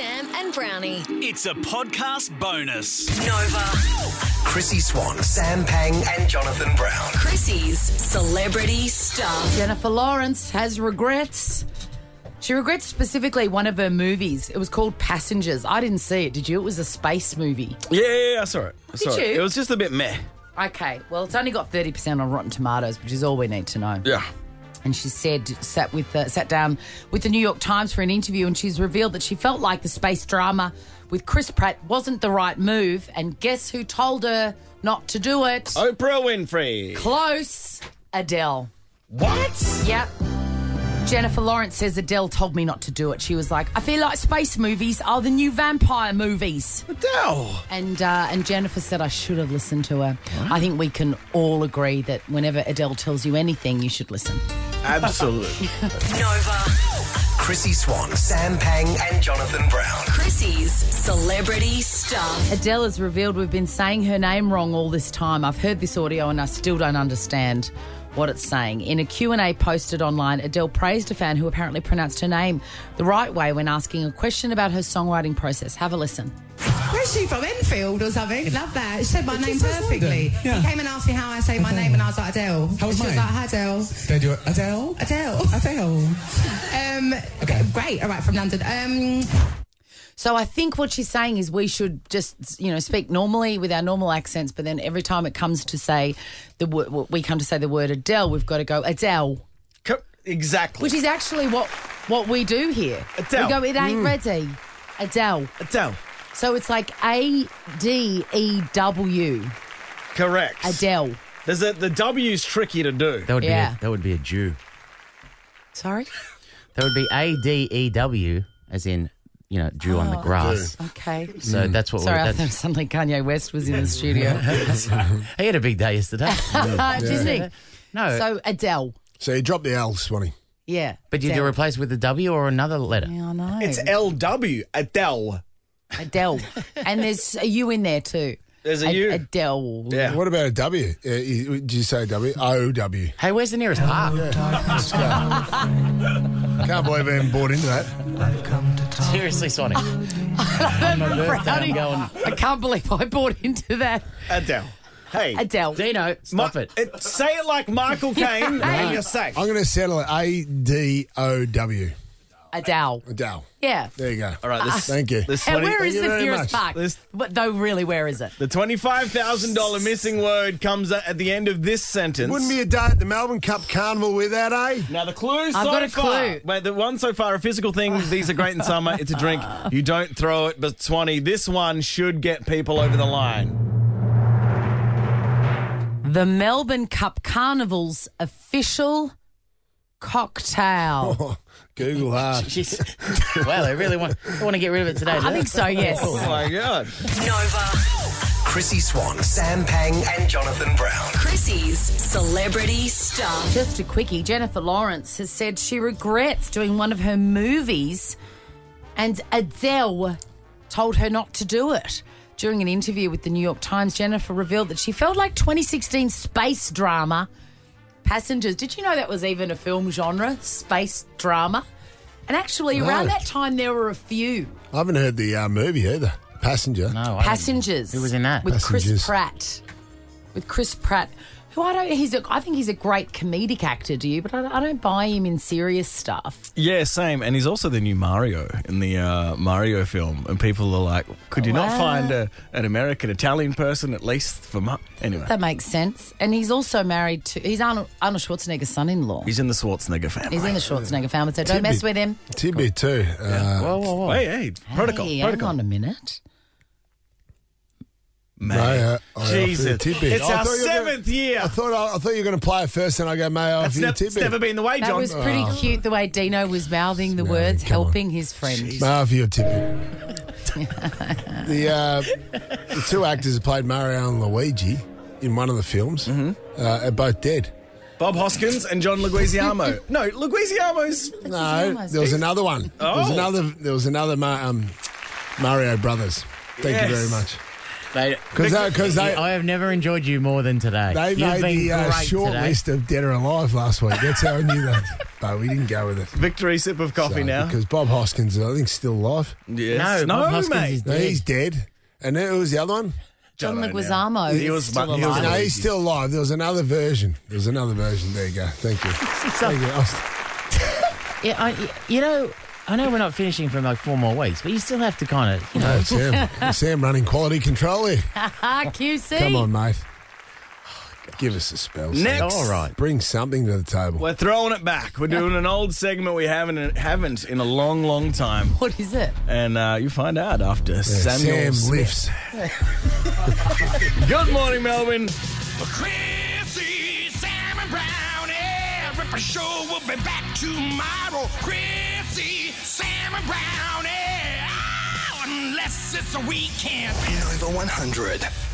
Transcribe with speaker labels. Speaker 1: and Brownie.
Speaker 2: It's a podcast bonus.
Speaker 1: Nova.
Speaker 3: Chrissy Swan, Sam Pang, and Jonathan Brown.
Speaker 1: Chrissy's celebrity stuff.
Speaker 4: Jennifer Lawrence has regrets. She regrets specifically one of her movies. It was called Passengers. I didn't see it, did you? It was a space movie.
Speaker 5: Yeah, yeah, yeah, I saw it. I saw
Speaker 4: Did
Speaker 5: it.
Speaker 4: you?
Speaker 5: It was just a bit meh.
Speaker 4: Okay, well, it's only got 30% on Rotten Tomatoes, which is all we need to know.
Speaker 5: Yeah.
Speaker 4: And she said, sat, with the, sat down with the New York Times for an interview, and she's revealed that she felt like the space drama with Chris Pratt wasn't the right move. And guess who told her not to do it?
Speaker 5: Oprah Winfrey.
Speaker 4: Close, Adele.
Speaker 5: What?
Speaker 4: Yep. Jennifer Lawrence says Adele told me not to do it. She was like, I feel like space movies are the new vampire movies.
Speaker 5: Adele.
Speaker 4: And uh, and Jennifer said I should have listened to her. I think we can all agree that whenever Adele tells you anything, you should listen.
Speaker 5: Absolutely.
Speaker 1: Nova.
Speaker 3: Chrissy Swan, Sam Pang, and Jonathan Brown.
Speaker 1: Chrissy's celebrity stuff.
Speaker 4: Adele has revealed we've been saying her name wrong all this time. I've heard this audio and I still don't understand what it's saying. In a Q&A posted online, Adele praised a fan who apparently pronounced her name the right way when asking a question about her songwriting process. Have a listen.
Speaker 6: Where's she from? Enfield or something? Love that. She said my name perfectly. He came and asked me how I say my name, and I was like Adele.
Speaker 7: How was
Speaker 6: she was
Speaker 7: mine?
Speaker 6: like, Hi, Adele.
Speaker 7: They do it. Adele?
Speaker 6: Adele.
Speaker 7: Adele.
Speaker 6: Um, Great. All right, from London. Um,
Speaker 4: So I think what she's saying is we should just, you know, speak normally with our normal accents, but then every time it comes to say the word, we come to say the word Adele, we've got to go Adele,
Speaker 5: Co- exactly.
Speaker 4: which is actually what what we do here.
Speaker 5: Adele.
Speaker 4: We go, it
Speaker 7: Mm.
Speaker 4: ain't ready, Adele.
Speaker 5: Adele.
Speaker 4: So it's like A D E W,
Speaker 5: Correct.
Speaker 4: Adele.
Speaker 5: There's a, the W's tricky to do.
Speaker 8: That would
Speaker 4: Yeah.
Speaker 8: be a, that would be a Jew.
Speaker 4: Sorry.
Speaker 8: That would be A D E W, as in you know Jew on the grass.
Speaker 4: Okay.
Speaker 8: So that's what.
Speaker 4: Oh. Mm. Sorry,
Speaker 8: we
Speaker 4: I
Speaker 8: that's,
Speaker 4: thought suddenly Kanye West was in the studio,
Speaker 8: he had a big day yesterday.
Speaker 4: isn't he?
Speaker 8: no,
Speaker 4: So Adele.
Speaker 9: So you drop the L, Swanee.
Speaker 4: Yeah.
Speaker 8: but you do
Speaker 4: Adele.
Speaker 8: replace with a W or another letter.
Speaker 4: Yeah, I know.
Speaker 5: It's LW. Adele.
Speaker 4: Adele. and there's a U in there too.
Speaker 5: There's a
Speaker 4: Ad-
Speaker 5: U.
Speaker 4: Adele.
Speaker 5: Yeah.
Speaker 9: What about a W? Uh, you- do you say W? O W.
Speaker 8: Hey, where's the nearest park?
Speaker 9: Let's go. Can't believe I even bought into that.
Speaker 8: Seriously, Sonic. On my birthday, I'm going.
Speaker 4: I can't believe I bought into that.
Speaker 5: Adele. Hey.
Speaker 4: Adele.
Speaker 8: Dino, stop
Speaker 5: Ma-
Speaker 8: it.
Speaker 5: it- Say it like Michael Caine, and you're safe.
Speaker 9: I'm going to settle it. A D O W.
Speaker 4: Adele.
Speaker 9: Adele.
Speaker 4: Yeah.
Speaker 9: There you go.
Speaker 5: All right, this,
Speaker 9: Thank you.
Speaker 5: this
Speaker 4: And
Speaker 5: 20
Speaker 4: where
Speaker 9: thank
Speaker 4: is
Speaker 9: you
Speaker 4: the
Speaker 9: very
Speaker 4: nearest
Speaker 9: much.
Speaker 4: park?
Speaker 5: This-
Speaker 4: But though, really, where is it?
Speaker 5: the twenty-five thousand dollar missing word comes at the end of this sentence.
Speaker 9: Wouldn't be a day at the Melbourne Cup Carnival without eh? A.
Speaker 5: Now the clues
Speaker 4: I've
Speaker 5: so
Speaker 4: got a
Speaker 5: far.
Speaker 4: clue.
Speaker 5: Wait, the one so far are physical things. These are great in summer. It's a drink. You don't throw it, but Swanee, this one should get people over the line.
Speaker 4: The Melbourne Cup Carnival's official cocktail.
Speaker 9: Google hard.
Speaker 8: She's, well, they really want, they want to get rid of it today. do
Speaker 4: I
Speaker 8: they?
Speaker 4: think so,
Speaker 5: Oh
Speaker 4: yes.
Speaker 5: my god!
Speaker 3: Chrissy Swan, Sam Pang, and Jonathan Brown.
Speaker 1: Chrissy's celebrity stuff.
Speaker 4: Just a quickie. Jennifer Lawrence has said she regrets doing one of her movies, and Adele told her not to do it. During an interview with the New York Times, Jennifer revealed that she felt like 2016 space drama Passengers. Did you know that was even a film genre? Space drama? And actually, around
Speaker 9: No.
Speaker 4: that time, there were a few.
Speaker 9: I haven't heard the uh, movie either. Passenger.
Speaker 8: No, I don't-
Speaker 4: Passengers.
Speaker 8: Who was in that?
Speaker 4: With Chris
Speaker 9: Passengers.
Speaker 4: Pratt. With Chris Pratt, who I don't. He's a. I think he's a great comedic actor. Do you? But I, I don't buy him in serious stuff.
Speaker 5: Yeah, same. And he's also the new Mario in the uh, Mario film. And people are like, could you not find a, an American Italian person at least for Ma- anyway?
Speaker 4: That makes sense. And he's also married to. He's Arnold, Arnold Schwarzenegger's son-in-law. He's,
Speaker 5: He's in the Schwarzenegger family.
Speaker 4: in the Schwarzenegger family, so don't mess with him.
Speaker 9: Tidbit too. Uh,
Speaker 8: Whoa, whoa, whoa.
Speaker 5: Hey, hey, protocol,
Speaker 4: Hey,
Speaker 5: protocol.
Speaker 4: Hang on a minute.
Speaker 5: Mate.
Speaker 9: May I- Oh, I offer you a
Speaker 5: Jesus,
Speaker 9: tidbit.
Speaker 5: it's
Speaker 9: I
Speaker 5: our
Speaker 9: thought you were gonna-
Speaker 5: seventh year.
Speaker 9: I thought I, I thought you were going to play it first, and I go, "May I
Speaker 5: That's
Speaker 9: offer you a
Speaker 5: nev- it's
Speaker 9: tidbit?"
Speaker 5: never been the way,
Speaker 4: That
Speaker 5: John.
Speaker 4: was pretty cute the way Dino was mouthing the words,
Speaker 9: Oh. come on.
Speaker 4: helping his friend.
Speaker 9: May I offer you a tidbit? the, uh, the two actors who played Mario and Luigi in one of the films
Speaker 8: Mm-hmm.
Speaker 9: uh, are both dead.
Speaker 5: Bob Hoskins and John Leguizamo. no, Leguizamo's
Speaker 9: No,
Speaker 4: almost-
Speaker 9: there was another one. There was
Speaker 5: Oh.
Speaker 9: another. There was another Ma- um, Mario Brothers. Thank you
Speaker 5: Yes.
Speaker 9: very much. 'Cause they- 'cause they-
Speaker 8: I have never enjoyed you more than today.
Speaker 9: They
Speaker 8: You've been
Speaker 9: made the uh,
Speaker 8: great
Speaker 9: short
Speaker 8: today.
Speaker 9: list of dead or alive last week. That's how I knew that. But we didn't go with it.
Speaker 5: Victory sip of coffee
Speaker 9: So,
Speaker 5: now.
Speaker 9: Because Bob Hoskins, I think, still alive.
Speaker 5: yes.
Speaker 8: No, Bob Hoskins
Speaker 5: mate.
Speaker 8: is
Speaker 9: No, he's dead. And then who was the other one?
Speaker 4: John
Speaker 5: Don't know now.
Speaker 4: Leguizamo
Speaker 5: He
Speaker 4: is
Speaker 5: was
Speaker 4: still
Speaker 5: he was
Speaker 9: No,
Speaker 4: alive.
Speaker 5: amazing.
Speaker 9: he's still alive. There was another version. There was another version. There you go. Thank you. Thank you. I was-
Speaker 8: Yeah, I, you know, I know we're not finishing for like four more weeks, but you still have to kind of, you know,
Speaker 9: Oh, Sam, Sam running quality control here.
Speaker 4: Ah, QC.
Speaker 9: Come on, mate. Oh, Give us a spell. Sam.
Speaker 5: Next.
Speaker 8: all right.
Speaker 9: Bring something to the table.
Speaker 5: We're throwing it back. We're doing an old segment we haven't haven't in a long, long time,
Speaker 4: What is it?
Speaker 5: and uh, you find out after
Speaker 9: Sam
Speaker 5: Samuel. Smith.
Speaker 9: lifts.
Speaker 5: Good morning, Melbourne.
Speaker 2: Chrissy, Sam and Brownie. Ripper Show will be back tomorrow. Chrissy, Sam and Brownie. Oh, unless it's a weekend.
Speaker 3: Nova 100.